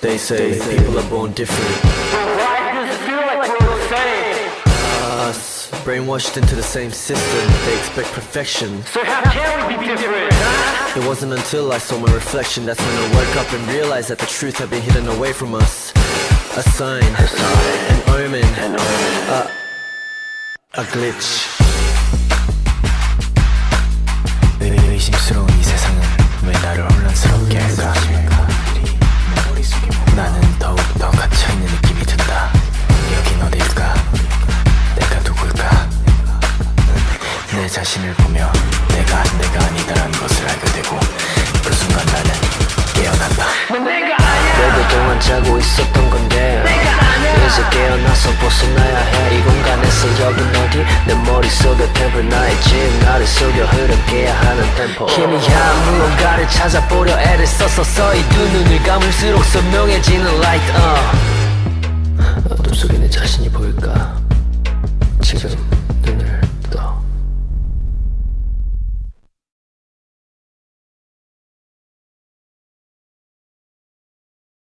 They say people are born different. Why does it feel like we're the same? Us, brainwashed into the same system, they expect perfection. So how can we be different? huh? It wasn't until I saw my reflection that's when I woke up and realized that the truth had been hidden away from us. A sign, an omen, a, a glitch. 의- 의심스러운 이 세상은 왜 나를 혼란스럽게 할까? 나는 더욱 더 갇혀있는 느낌이 든다. 여긴 어디일까? 내가 누굴까? 내 자신을 보며 내가 내가 아니다라는 것을 알게 되고 그 순간 나는 깨어난다. 내가 아니야 오랫동안 자고 있었던 건데 이제 깨어나서 벗어나야 해 이 공간에서 여긴 어디 내 머릿속에 템플 나의 짐 나를 속여 흐름해야 하는 템포 어. 희미한 무언가를 찾아보려 애를 써서 서이 두 눈을 어. 감을수록 선명해지는 light uh. 어둠 속에 내 자신이 보일까